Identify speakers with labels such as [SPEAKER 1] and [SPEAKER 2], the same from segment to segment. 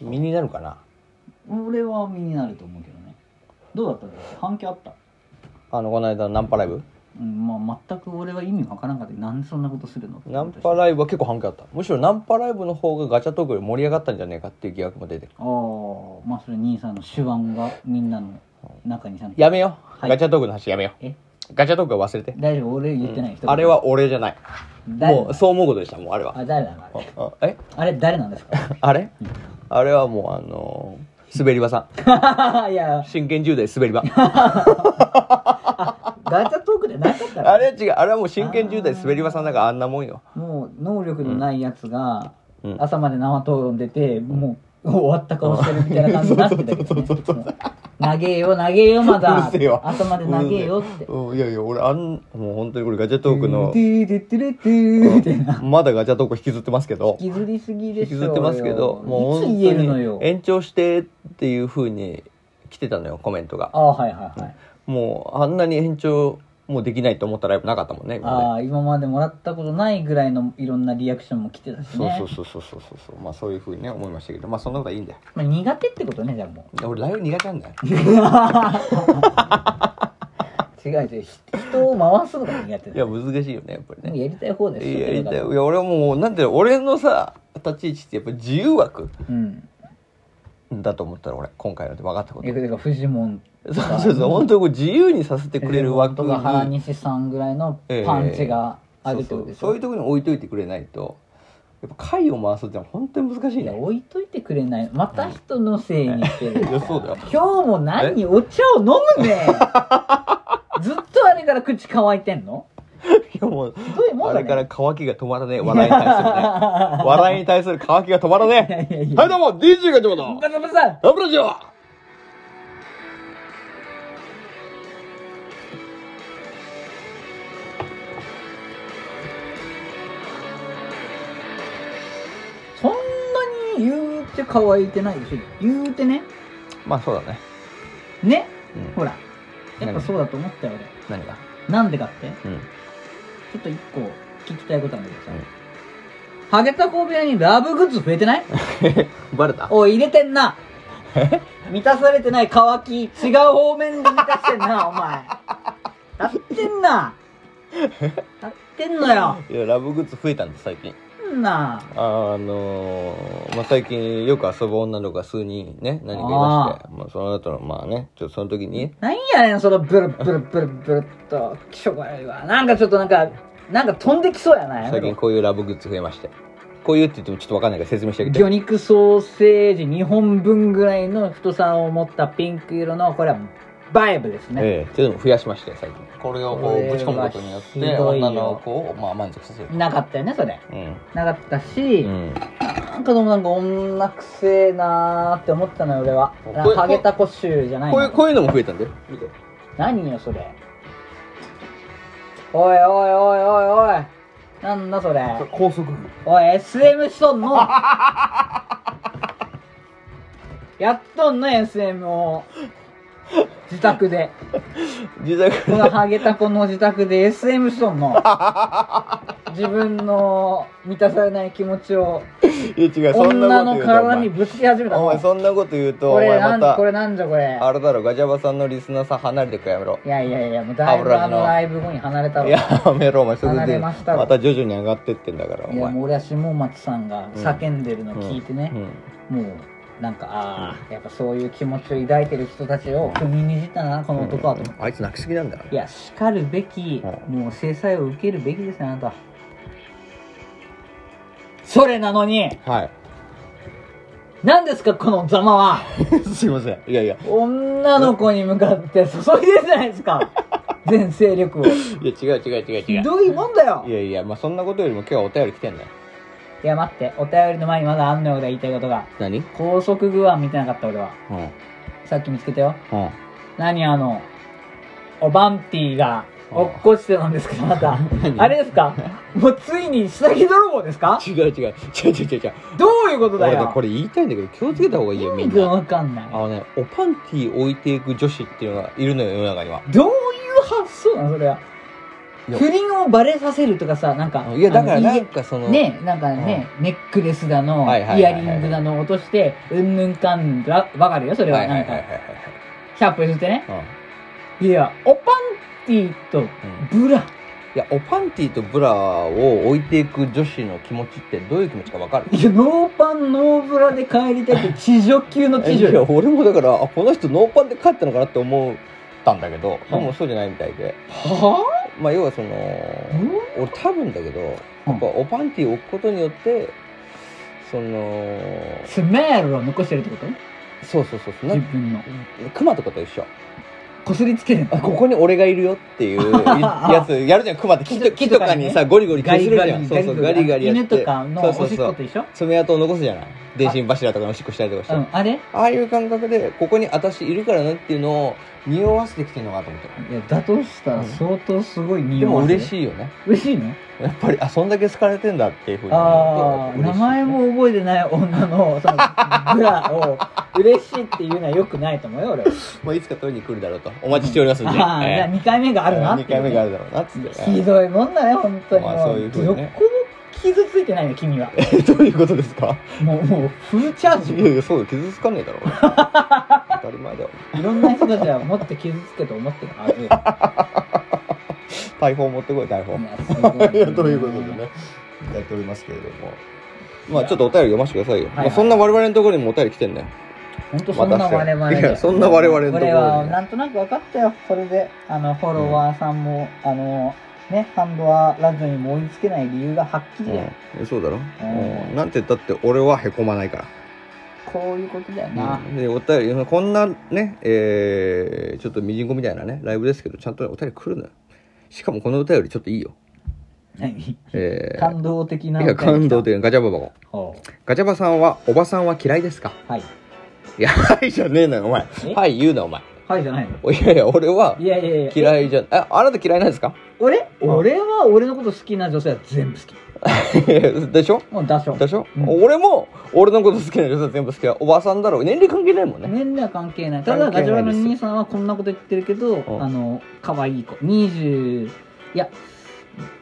[SPEAKER 1] 身になるかな
[SPEAKER 2] 俺は身になると思うけどねどうだったんだろう反響あった、
[SPEAKER 1] あのこの間のナンパライブ
[SPEAKER 2] うんまあ、全く俺は意味わからんかってなんでそんなことするの
[SPEAKER 1] ナンパ
[SPEAKER 2] イ
[SPEAKER 1] ライブは結構反響あったむしろナンパライブの方がガチャトークより盛り上がったんじゃねえかっていう疑惑も出てる
[SPEAKER 2] ブああまあそれ兄さんの手腕がみんなの中にさん
[SPEAKER 1] やめよ、
[SPEAKER 2] はい
[SPEAKER 1] ガチャトークの話やめよ
[SPEAKER 2] え
[SPEAKER 1] ガチャトークは忘れて
[SPEAKER 2] 大丈夫俺言ってない人、
[SPEAKER 1] あれは俺じゃない
[SPEAKER 2] 誰
[SPEAKER 1] もうそう思うことでしたもうあれは
[SPEAKER 2] あ誰なのあれ
[SPEAKER 1] あえ
[SPEAKER 2] あれ誰なんですか
[SPEAKER 1] あれあれはもうあのー滑り場さん
[SPEAKER 2] いや
[SPEAKER 1] 真剣10代滑 り場
[SPEAKER 2] ガチャトークでなかったら
[SPEAKER 1] あれは違うあれはもう真剣10代滑り場さんだからあんなもんよ
[SPEAKER 2] もう能力のないやつが
[SPEAKER 1] うん
[SPEAKER 2] 朝まで生討論出て、もう終わった顔してるみたいな感じになってたけどねもう投げよ投げよまだ
[SPEAKER 1] うるせえわ
[SPEAKER 2] 朝まで投げよって
[SPEAKER 1] うんいやいや俺あんもう本当にこれガチャトークの
[SPEAKER 2] トゥートゥートゥルトゥーみたいな
[SPEAKER 1] まだガチャトーク引きずってますけど
[SPEAKER 2] 引きずりすぎで
[SPEAKER 1] 引き
[SPEAKER 2] しょ
[SPEAKER 1] ずってますけどもう
[SPEAKER 2] いつ
[SPEAKER 1] 本
[SPEAKER 2] 言える
[SPEAKER 1] 当
[SPEAKER 2] の
[SPEAKER 1] に
[SPEAKER 2] よ
[SPEAKER 1] 延長してっていうふうに来てたのよコメントが
[SPEAKER 2] ああはいはいはい
[SPEAKER 1] もうあんなに延長もうできないと思ったライブなかったもんね今ま
[SPEAKER 2] ああ今までもらったことないぐらいのいろんなリアクションも来てた
[SPEAKER 1] で
[SPEAKER 2] し
[SPEAKER 1] そう
[SPEAKER 2] ね
[SPEAKER 1] そうそうそうそうそうそうまあそういうふうにね思いましたけどまあそんなことはいいんだよ
[SPEAKER 2] まあ、苦手ってことねじゃあもう
[SPEAKER 1] 俺ライブ苦手なんだよ
[SPEAKER 2] 違う違うひ人を回すのが苦手
[SPEAKER 1] い
[SPEAKER 2] だ
[SPEAKER 1] や難しいよねやっぱり
[SPEAKER 2] もう
[SPEAKER 1] ね
[SPEAKER 2] やりたい方です
[SPEAKER 1] いやいやいや俺はもうなんていうの俺のさ立ち位置ってやっぱ自由枠
[SPEAKER 2] うん
[SPEAKER 1] だと思ったら俺今回ので分かったこと
[SPEAKER 2] えだからフジモン
[SPEAKER 1] そうそうそう本当にこう自由にさせてくれる枠
[SPEAKER 2] と
[SPEAKER 1] に
[SPEAKER 2] か原西さんぐらいのパンチがあるってことでし
[SPEAKER 1] そうそうそう
[SPEAKER 2] ょ
[SPEAKER 1] いうところに置いといてくれないとやっぱ回を回すってのは本当に難しい
[SPEAKER 2] いや
[SPEAKER 1] ね
[SPEAKER 2] 置いといてくれ ないまた人のせいにしてる
[SPEAKER 1] いやそうだよ
[SPEAKER 2] 今日も何お茶を飲む ねずっとあれから口乾いてんの
[SPEAKER 1] いやもう
[SPEAKER 2] どういうも
[SPEAKER 1] あ
[SPEAKER 2] んだ
[SPEAKER 1] れか
[SPEAKER 2] ね
[SPEAKER 1] ら乾きが止まらね え笑いに対するね 笑いに対する乾きが止まらね
[SPEAKER 2] いやい
[SPEAKER 1] え
[SPEAKER 2] や
[SPEAKER 1] はいどうも DJ がちょうど
[SPEAKER 2] バサバサ
[SPEAKER 1] ラブラジオ
[SPEAKER 2] そんなに言うて乾いてないでしょ言うてね
[SPEAKER 1] まあそうだね、
[SPEAKER 2] ね
[SPEAKER 1] うん
[SPEAKER 2] ほらやっぱそうだと思ったよ俺
[SPEAKER 1] 何が
[SPEAKER 2] なんでかって
[SPEAKER 1] うん
[SPEAKER 2] ちょっと一個聞きたいことあるんだけどさ、ハゲタコ部屋にラブグッズ増え てない
[SPEAKER 1] バレた
[SPEAKER 2] おい入れてんな満たされてない乾き違う方面で満たしてんなお前やってんなやってんのよ
[SPEAKER 1] いやラブグッズ増えたんです最近
[SPEAKER 2] なんな
[SPEAKER 1] あのーまあ、最近よく遊ぶ女の子が数人ね何かいましてまあ、その後のまあねちょっとその時に
[SPEAKER 2] なんやねんそのブルブルブルブルっと気色悪いわなんかちょっとなんかなんか飛んできそうやなやめ
[SPEAKER 1] 最近
[SPEAKER 2] ろ
[SPEAKER 1] こういうラブグッズ増えましてこういうって言ってもちょっと分かんないから説明してあげて
[SPEAKER 2] 魚肉ソーセージ2本分ぐらいの太さを持ったピンク色のこれはバイブですね、
[SPEAKER 1] ええちょっと増やしまして最近これをこうぶち込むことによって
[SPEAKER 2] これはひどいよ
[SPEAKER 1] 女の子をまあ満足させる
[SPEAKER 2] なかったよねそれ
[SPEAKER 1] うん
[SPEAKER 2] なかったし、
[SPEAKER 1] うん
[SPEAKER 2] なんかでもなんか女くせえなーって思ったのよ俺は
[SPEAKER 1] こう
[SPEAKER 2] なんかハゲタコ臭じゃない
[SPEAKER 1] こういう
[SPEAKER 2] の
[SPEAKER 1] こういうのも増えたんだよ見て
[SPEAKER 2] 何よそれおいおいおいおいおいなんだそれ
[SPEAKER 1] 高速
[SPEAKER 2] おい SM しと んのやっとんの SM を自宅で
[SPEAKER 1] 自 宅
[SPEAKER 2] このハゲタコの自宅で SM しと んの自分の満たされない気持ちを
[SPEAKER 1] いや違うそんな
[SPEAKER 2] 女
[SPEAKER 1] こと
[SPEAKER 2] の
[SPEAKER 1] 言うとお
[SPEAKER 2] 体
[SPEAKER 1] 前
[SPEAKER 2] にぶつけ始めた
[SPEAKER 1] お
[SPEAKER 2] の
[SPEAKER 1] 前そんなこと言うとお
[SPEAKER 2] これ
[SPEAKER 1] 前
[SPEAKER 2] な
[SPEAKER 1] ま
[SPEAKER 2] んこ
[SPEAKER 1] た
[SPEAKER 2] れなんじゃこれ
[SPEAKER 1] あれだろガジャバさんのリスナーさん離れてくやめろ
[SPEAKER 2] いやいやいやもうだいぶ
[SPEAKER 1] 油
[SPEAKER 2] あ
[SPEAKER 1] 地の
[SPEAKER 2] のライブ後に離れたわいや
[SPEAKER 1] やめろお前それ
[SPEAKER 2] 離
[SPEAKER 1] で
[SPEAKER 2] れま
[SPEAKER 1] ま
[SPEAKER 2] したわ
[SPEAKER 1] た徐々に上がってってんだからお前
[SPEAKER 2] もう俺は下松さんが叫んでるの聞いてね、
[SPEAKER 1] うん
[SPEAKER 2] もうなんかああやっぱそういう気持ちを抱いてる人たちを踏みにじったなこの男はと思って、
[SPEAKER 1] あいつ泣きすぎなんだよ
[SPEAKER 2] いやしかるべき、
[SPEAKER 1] う
[SPEAKER 2] もう制裁を受けるべきですねあなたはそれなのに
[SPEAKER 1] はい
[SPEAKER 2] 何ですかこのざまは
[SPEAKER 1] すいませんいやいや
[SPEAKER 2] 女の子に向かって注いでるじゃないで すか全精力を
[SPEAKER 1] いや違う違う違う違
[SPEAKER 2] ひ
[SPEAKER 1] う
[SPEAKER 2] どいもんだよ
[SPEAKER 1] いやいやまあそんなことよりも今日はお便り来てんだよ
[SPEAKER 2] いや待ってお便りの前にまだあんのよ俺が言いたいことが
[SPEAKER 1] 何うん
[SPEAKER 2] 高速具合見てなかった俺は
[SPEAKER 1] うん
[SPEAKER 2] さっき見つけたよ何あのおばんティーが落っこちてなんですけどあなた
[SPEAKER 1] 何
[SPEAKER 2] あれですかもうついに下着泥棒ですか
[SPEAKER 1] 違う違う違う違う違う違う
[SPEAKER 2] どういうことだ
[SPEAKER 1] 俺ね
[SPEAKER 2] よ
[SPEAKER 1] これ言いたいんだけど気をつけた方がいいよみ
[SPEAKER 2] 意
[SPEAKER 1] ん
[SPEAKER 2] 味が
[SPEAKER 1] な
[SPEAKER 2] わかんない
[SPEAKER 1] あのねおパンティ置いていく女子っていうのがいるのよ世の中には
[SPEAKER 2] どういう発想なのそれは
[SPEAKER 1] いや
[SPEAKER 2] 不倫をバレさせるとかさなんか
[SPEAKER 1] いやだから
[SPEAKER 2] あの
[SPEAKER 1] ないんかその、
[SPEAKER 2] ねなんかね、ネックレスだの、
[SPEAKER 1] はいはい
[SPEAKER 2] イ
[SPEAKER 1] はい
[SPEAKER 2] ヤ
[SPEAKER 1] はい
[SPEAKER 2] リングだの落としてうんぬんかんだわかるよそれ
[SPEAKER 1] は
[SPEAKER 2] はい
[SPEAKER 1] は
[SPEAKER 2] ないん
[SPEAKER 1] はいはい
[SPEAKER 2] かシャープ譲ってね
[SPEAKER 1] はい、
[SPEAKER 2] いやおパンティと
[SPEAKER 1] うんうん
[SPEAKER 2] ブラ
[SPEAKER 1] いやおパンティとブラを置いていく女子の気持ちってどういう気持ちかわかる
[SPEAKER 2] いやノーパンノーブラで帰りた いって地上級の地
[SPEAKER 1] い
[SPEAKER 2] 上
[SPEAKER 1] や
[SPEAKER 2] よ
[SPEAKER 1] 俺もだからあこの人ノーパンで帰ったのかなって思ったんだけどでもそうじゃないみたいで、
[SPEAKER 2] は
[SPEAKER 1] まあ要はその
[SPEAKER 2] あん
[SPEAKER 1] 俺多分だけどやっぱおパンティを置くことによってその
[SPEAKER 2] スメールを残してるってこと
[SPEAKER 1] そうそうそうそうな
[SPEAKER 2] 自分の
[SPEAKER 1] クマとかと一緒
[SPEAKER 2] こすりつけるの
[SPEAKER 1] あここに俺がいるよっていう やつやるじゃんクマって木と
[SPEAKER 2] 木
[SPEAKER 1] 木
[SPEAKER 2] と
[SPEAKER 1] と
[SPEAKER 2] か
[SPEAKER 1] か
[SPEAKER 2] にね
[SPEAKER 1] にさゴリゴリ削るじゃんそうそうガリガリやって
[SPEAKER 2] 犬とかの
[SPEAKER 1] そう
[SPEAKER 2] お
[SPEAKER 1] そ
[SPEAKER 2] し
[SPEAKER 1] う
[SPEAKER 2] っ
[SPEAKER 1] そ
[SPEAKER 2] こ
[SPEAKER 1] う
[SPEAKER 2] と一緒
[SPEAKER 1] 爪痕を残すじゃない電信柱とかのおしっこしたりとかして、
[SPEAKER 2] うんあれい
[SPEAKER 1] ああいう感覚でここに私いるからなっていうのを匂わせてきてるのかと思って
[SPEAKER 2] やだとしたら相当すごい匂い
[SPEAKER 1] でも嬉
[SPEAKER 2] い
[SPEAKER 1] しいよね
[SPEAKER 2] 嬉しいの
[SPEAKER 1] やっぱりあそんだけ好かれてんだっていうふうに
[SPEAKER 2] あ
[SPEAKER 1] 思
[SPEAKER 2] あ
[SPEAKER 1] うとやっぱ
[SPEAKER 2] 名
[SPEAKER 1] 嬉しい
[SPEAKER 2] 前も覚えてない女 のそのブラを嬉しいっていうのはよくないと思うよ俺
[SPEAKER 1] もういつか取りに来るだろうとお待ちしておりますんで、
[SPEAKER 2] ああじゃあ2回目があるなってい
[SPEAKER 1] 2
[SPEAKER 2] う
[SPEAKER 1] 回目があるだろうなっつって
[SPEAKER 2] ひどいもんだね本当に
[SPEAKER 1] まあ
[SPEAKER 2] も
[SPEAKER 1] そういう
[SPEAKER 2] う
[SPEAKER 1] 風
[SPEAKER 2] ど
[SPEAKER 1] に
[SPEAKER 2] こ
[SPEAKER 1] ね
[SPEAKER 2] も傷ついてないよ君 は
[SPEAKER 1] どういうことですか
[SPEAKER 2] もうもうフルチャージ
[SPEAKER 1] いやいやそう傷つかねえだ ろ俺当たり前だよ
[SPEAKER 2] いろんな人たちはもっと傷つくと思ってるはずよ。い
[SPEAKER 1] 大砲持ってこい大砲
[SPEAKER 2] やすごい
[SPEAKER 1] い
[SPEAKER 2] ね
[SPEAKER 1] や ということでね。やっておりますけれどもまあちょっとお便り読ませてくださいよ、
[SPEAKER 2] はいはい
[SPEAKER 1] まあ、そんな我々のところにもお便り来てんね
[SPEAKER 2] 本当そんな我々で
[SPEAKER 1] いやそんな我々のところに
[SPEAKER 2] 俺はなんとなく分かったよ。それで、あの、フォロワーさんも、あの、ね、ハンドはラジオにも追いつけない理由がはっきりだよ。
[SPEAKER 1] うん、そうだろ、
[SPEAKER 2] ん
[SPEAKER 1] うん、なんて言ったって俺はへこまないから
[SPEAKER 2] こういうことだよな。
[SPEAKER 1] でお便りこんなねえーちょっとミジンコみたいなねライブですけどちゃんとねお便り来るのよしかもこのお便りちょっといいよ
[SPEAKER 2] 何
[SPEAKER 1] えー
[SPEAKER 2] 感動的な。
[SPEAKER 1] いや感動的なガチャババコ
[SPEAKER 2] ほ
[SPEAKER 1] ガチャバさんはおばさんは嫌いですか
[SPEAKER 2] う。はい。
[SPEAKER 1] いや はいじゃねえのよお前
[SPEAKER 2] え
[SPEAKER 1] はい言うなお前
[SPEAKER 2] はいじゃないの
[SPEAKER 1] おいやいや俺はい
[SPEAKER 2] やいやいや。
[SPEAKER 1] 嫌いじゃんああなた嫌いなんですか
[SPEAKER 2] 俺俺は俺のこと好きな女性は全部好き。
[SPEAKER 1] でしょ
[SPEAKER 2] もう出しょ
[SPEAKER 1] でしょ、
[SPEAKER 2] うん
[SPEAKER 1] 俺も俺のこと好きな女性全部好きだおばさんだろう年齢関係ないもんね
[SPEAKER 2] 年齢は関係ないただガ
[SPEAKER 1] 関
[SPEAKER 2] ジ
[SPEAKER 1] 係
[SPEAKER 2] ュ
[SPEAKER 1] な
[SPEAKER 2] ア
[SPEAKER 1] い
[SPEAKER 2] ル
[SPEAKER 1] で
[SPEAKER 2] の
[SPEAKER 1] す
[SPEAKER 2] 兄さんはこんなこと言ってるけど
[SPEAKER 1] ん
[SPEAKER 2] あの可愛い子20いや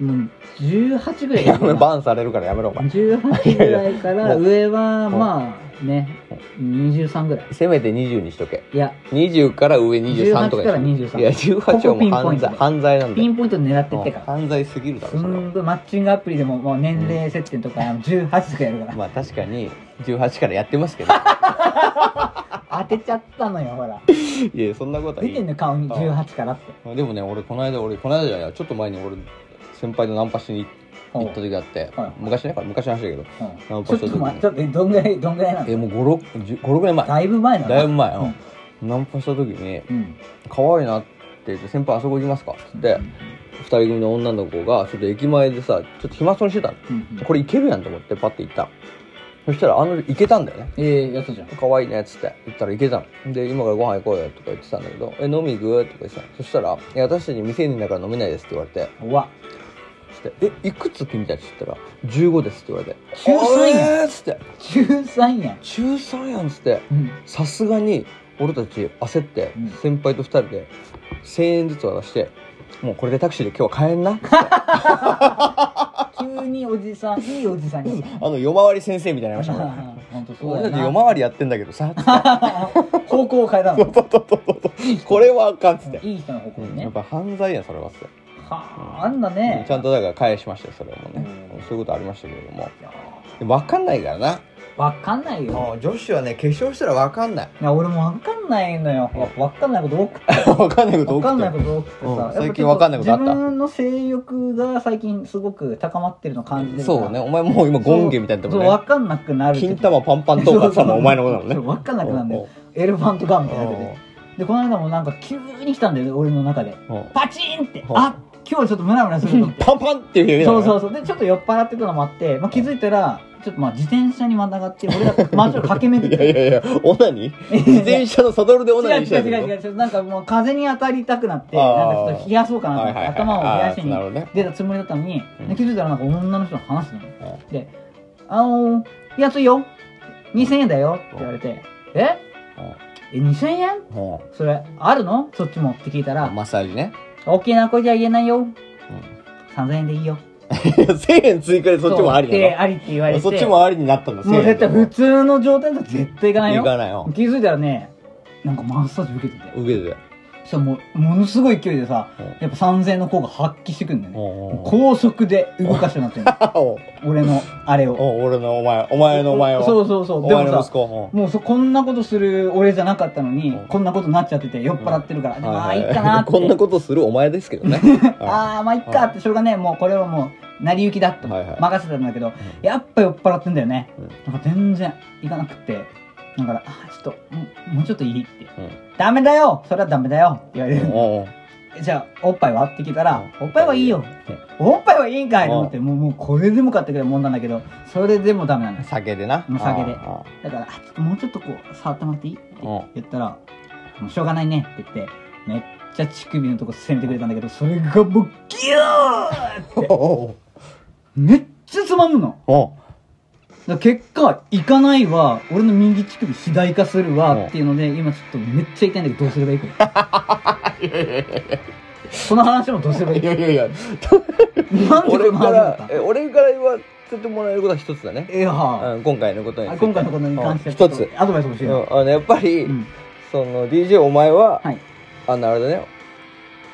[SPEAKER 2] もう18ぐらい
[SPEAKER 1] やめバンされるからやめろお前
[SPEAKER 2] 18ぐらいから上はまあね23ぐらい
[SPEAKER 1] せめて20にしとけ
[SPEAKER 2] いや
[SPEAKER 1] 20から上23とか
[SPEAKER 2] 18から23
[SPEAKER 1] いや18はもう犯罪
[SPEAKER 2] ここピンポイント
[SPEAKER 1] 犯罪なんだ
[SPEAKER 2] ピ
[SPEAKER 1] よ
[SPEAKER 2] ンポイント狙ってって
[SPEAKER 1] うん
[SPEAKER 2] か
[SPEAKER 1] 犯罪すぎるだ
[SPEAKER 2] ら
[SPEAKER 1] ろ
[SPEAKER 2] す
[SPEAKER 1] それは
[SPEAKER 2] んごいマッチングアプリでももう年齢設定とか18とかやるから
[SPEAKER 1] まあ確かに18からやってますけ ど
[SPEAKER 2] 当てちゃったのよほら
[SPEAKER 1] いやそんなことは
[SPEAKER 2] 見
[SPEAKER 1] い
[SPEAKER 2] て
[SPEAKER 1] い
[SPEAKER 2] んの顔に18からって
[SPEAKER 1] でもね俺この間俺この間じゃないちょっと前に俺先輩のナンパしに行った時があって
[SPEAKER 2] はい
[SPEAKER 1] 昔ねこれ昔の話だけど
[SPEAKER 2] う
[SPEAKER 1] ナ
[SPEAKER 2] ん
[SPEAKER 1] ン
[SPEAKER 2] ち
[SPEAKER 1] パ
[SPEAKER 2] ょっ
[SPEAKER 1] した
[SPEAKER 2] と
[SPEAKER 1] 時
[SPEAKER 2] 待っ
[SPEAKER 1] に
[SPEAKER 2] てちょっとどんぐらいどんぐらいなの
[SPEAKER 1] えもう56年前
[SPEAKER 2] だいぶ前なの
[SPEAKER 1] だいぶ前、うん
[SPEAKER 2] うん
[SPEAKER 1] ナンパした時に
[SPEAKER 2] うん
[SPEAKER 1] 「可愛いな」って言って「先輩あそこ行きますか」っつって2人組の女の子がちょっと駅前でさちょっと暇そうにしてたの
[SPEAKER 2] うん
[SPEAKER 1] これ行けるやんと思ってパッて行ったのそしたらあの行けたんだよね
[SPEAKER 2] ええやつじゃん。
[SPEAKER 1] 可愛いねっつって言ったら行けたので今からご飯行こうよとか言ってたんだけど「え飲み行く?」とか言ってたのそしたら「いや私たち未成年だから飲めないです」って言われて
[SPEAKER 2] うわ。
[SPEAKER 1] そして「えいくつ君たち?」って言ったら「15です」って言われて「
[SPEAKER 2] 中三やん
[SPEAKER 1] えーっつって
[SPEAKER 2] 中三やん
[SPEAKER 1] 「中3やん」っつって
[SPEAKER 2] うん。
[SPEAKER 1] さすがに俺たち焦って
[SPEAKER 2] うん
[SPEAKER 1] 先輩と2人で1000円ずつ渡してもうこれでタクシーで今日は帰んな
[SPEAKER 2] 急におじ さん、いいおじさんに。
[SPEAKER 1] あの夜回り先生みたいになりました から
[SPEAKER 2] 本当そう
[SPEAKER 1] 俺
[SPEAKER 2] だ
[SPEAKER 1] たち夜
[SPEAKER 2] な。
[SPEAKER 1] 回りやってんだけどさ
[SPEAKER 2] 方向を変えたの。
[SPEAKER 1] これはあかんっつって、
[SPEAKER 2] いい人の方向
[SPEAKER 1] うん
[SPEAKER 2] に
[SPEAKER 1] やっ
[SPEAKER 2] ね。
[SPEAKER 1] ぱ犯罪やそれはっつって、
[SPEAKER 2] はあ、あんだね。
[SPEAKER 1] ちゃんとだから返しましたよそれもね、
[SPEAKER 2] うん
[SPEAKER 1] そういうことありましたけれども
[SPEAKER 2] いや
[SPEAKER 1] でも分かんないからな
[SPEAKER 2] わかんないよ。
[SPEAKER 1] 女子はね化粧したら分かんない
[SPEAKER 2] いや、俺もわかんないのよ。やっぱわかんないこと多くて。
[SPEAKER 1] 分かんないこと
[SPEAKER 2] わ
[SPEAKER 1] 多
[SPEAKER 2] かんない
[SPEAKER 1] く
[SPEAKER 2] こ
[SPEAKER 1] て
[SPEAKER 2] と多くてさ
[SPEAKER 1] うん
[SPEAKER 2] やっぱちょっ。
[SPEAKER 1] 最近わかんないことあった
[SPEAKER 2] 自分の性欲が最近すごく高まってるの感じてるから
[SPEAKER 1] そうね。お前もう今ゴンゲみたいなとこ
[SPEAKER 2] そう、
[SPEAKER 1] ね
[SPEAKER 2] わかんなくなる時。
[SPEAKER 1] 金玉パンパンとかさもうお前のことなのね
[SPEAKER 2] そうわかんなくなるんだ
[SPEAKER 1] おう
[SPEAKER 2] よ。エレファントガンみたいな時
[SPEAKER 1] おう
[SPEAKER 2] でこの間もなんか急に来たんだよね俺の中で
[SPEAKER 1] うん
[SPEAKER 2] パチンって
[SPEAKER 1] ほう
[SPEAKER 2] あ今日ちょっとムラムラすると 思って
[SPEAKER 1] パンパンっていう意味だ
[SPEAKER 2] そ
[SPEAKER 1] も
[SPEAKER 2] うん
[SPEAKER 1] ね
[SPEAKER 2] そうそうでちょっと酔っ払ってたのもあって、まあ、気づいたらちょっとまあ自転車にまたがって俺が街を駆け巡っ
[SPEAKER 1] い やい
[SPEAKER 2] て
[SPEAKER 1] やいや、オナニー自転車のサドルで
[SPEAKER 2] 違
[SPEAKER 1] オ
[SPEAKER 2] う
[SPEAKER 1] ナニーし
[SPEAKER 2] 違
[SPEAKER 1] た
[SPEAKER 2] う違う違
[SPEAKER 1] う。
[SPEAKER 2] う違うなんかもう風に当たりたくなって
[SPEAKER 1] あー
[SPEAKER 2] なんかちょっと冷やそうかなと思って
[SPEAKER 1] はいはいはい
[SPEAKER 2] 頭を冷やし
[SPEAKER 1] あーなるほど
[SPEAKER 2] に
[SPEAKER 1] ね
[SPEAKER 2] 出たつもりだったのに
[SPEAKER 1] うん
[SPEAKER 2] で気づいたらなんか女の人の話してたの
[SPEAKER 1] あ
[SPEAKER 2] で「あのー、安いよ2000円だよ」って言われて「ええ2000円
[SPEAKER 1] うん
[SPEAKER 2] それあるのそっちも」って聞いたら
[SPEAKER 1] マッサージね。
[SPEAKER 2] 大きな声じゃ言えないよ。 3000円でいいよ。
[SPEAKER 1] いや1000円 追加でそっちもあり
[SPEAKER 2] そうで
[SPEAKER 1] な
[SPEAKER 2] ありって言われ
[SPEAKER 1] の
[SPEAKER 2] て。
[SPEAKER 1] そっちもありになったんだ
[SPEAKER 2] もう絶対
[SPEAKER 1] 1000円
[SPEAKER 2] 普通の状態だと絶対いかないよ。
[SPEAKER 1] いかないよ
[SPEAKER 2] 気づいたらね、なんかマッサージ受けてて。
[SPEAKER 1] 受けてたよ
[SPEAKER 2] そしたらもう、ものすごい勢いでさ
[SPEAKER 1] うん、
[SPEAKER 2] やっぱ3000円の効果発揮してくんだよね。
[SPEAKER 1] おうおう
[SPEAKER 2] 高速で動かしてもらってんの
[SPEAKER 1] おう
[SPEAKER 2] 俺のあれを。
[SPEAKER 1] おう俺のお前お前のお前を
[SPEAKER 2] そうそうそう。
[SPEAKER 1] お
[SPEAKER 2] で
[SPEAKER 1] 前
[SPEAKER 2] も
[SPEAKER 1] の
[SPEAKER 2] さ
[SPEAKER 1] 息、子おう
[SPEAKER 2] もうそこんなことする俺じゃなかったのに
[SPEAKER 1] うん、
[SPEAKER 2] こんなことになっちゃってて酔っ払ってるから、でもまあいいかなっ て。
[SPEAKER 1] こんなことするお前ですけ どねは
[SPEAKER 2] ああ、まあいっかって、しょうがねえ、もうこれはもう、成り行きだって
[SPEAKER 1] はいはい
[SPEAKER 2] 任せたんだけど、やっぱ酔っ払ってんだよね
[SPEAKER 1] うん。
[SPEAKER 2] なんか全然行かなくて、だから、ああ、ちょっと、もうもうちょっといいって
[SPEAKER 1] うん。
[SPEAKER 2] ダメだよそれはダメだよって言われ
[SPEAKER 1] い
[SPEAKER 2] る。
[SPEAKER 1] おうおう
[SPEAKER 2] じゃあ、おっぱいはって聞いたら、おっぱいはいいよ。おっぱいはいいんかいと思って、もう、もうこれでもかってくらいもんなんだけど、それでもダメなんです。
[SPEAKER 1] 酒でな
[SPEAKER 2] もう酒で
[SPEAKER 1] あ
[SPEAKER 2] だから、あちょっともうちょっとこう、触ってもらっていいって
[SPEAKER 1] あああ
[SPEAKER 2] 言ったら、もうしょうがないねって言って、めっちゃ乳首のとこ攻めてくれたんだけど、それがもう、ギューって
[SPEAKER 1] おうおう
[SPEAKER 2] めっちゃつまむの。
[SPEAKER 1] おう
[SPEAKER 2] だから結果、行かないわ、俺の右乳首肥大化するわっていうので、今ちょっとめっちゃ痛いんだけど、どうすればいいか。その話もどうすればい
[SPEAKER 1] い
[SPEAKER 2] い
[SPEAKER 1] やいやいや
[SPEAKER 2] なんでこ
[SPEAKER 1] 俺
[SPEAKER 2] の話
[SPEAKER 1] か
[SPEAKER 2] だっ
[SPEAKER 1] ら
[SPEAKER 2] た
[SPEAKER 1] え俺から言わせてもらえることは一つだね
[SPEAKER 2] いやあ
[SPEAKER 1] うん今回のことについて
[SPEAKER 2] 今回のことに関して
[SPEAKER 1] う
[SPEAKER 2] は
[SPEAKER 1] ん一
[SPEAKER 2] ちょ
[SPEAKER 1] つ
[SPEAKER 2] っとアドバイス欲しいよ。
[SPEAKER 1] うんあのやっぱり
[SPEAKER 2] うん
[SPEAKER 1] その DJ お前は
[SPEAKER 2] はい。
[SPEAKER 1] あのあれだね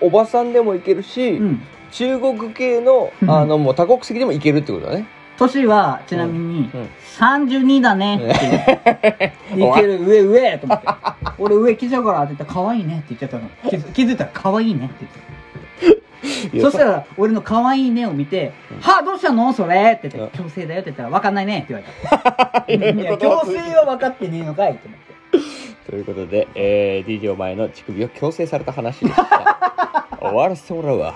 [SPEAKER 1] おばさんでもいけるし
[SPEAKER 2] うん。
[SPEAKER 1] 中国系の
[SPEAKER 2] うん
[SPEAKER 1] あのもう多国籍でもいけるってことだね
[SPEAKER 2] 年は、ちなみに
[SPEAKER 1] うんうん、
[SPEAKER 2] 32だ ねっていう。いける、上、上と思って。俺上来ちゃうからって言ったら、可愛いねって言っちゃったの。気づ気づいたら、可愛いねって言ってた。そしたら、俺の可愛い目を見て、はあ、どうしたのそれって言って、強制だよって言ったら、わかんないねって言わ れた。いや、強制は分かってねえのかいって思って。
[SPEAKER 1] ということで、えー、DJ お前の乳首を強制された話でした終わらせてもらうわ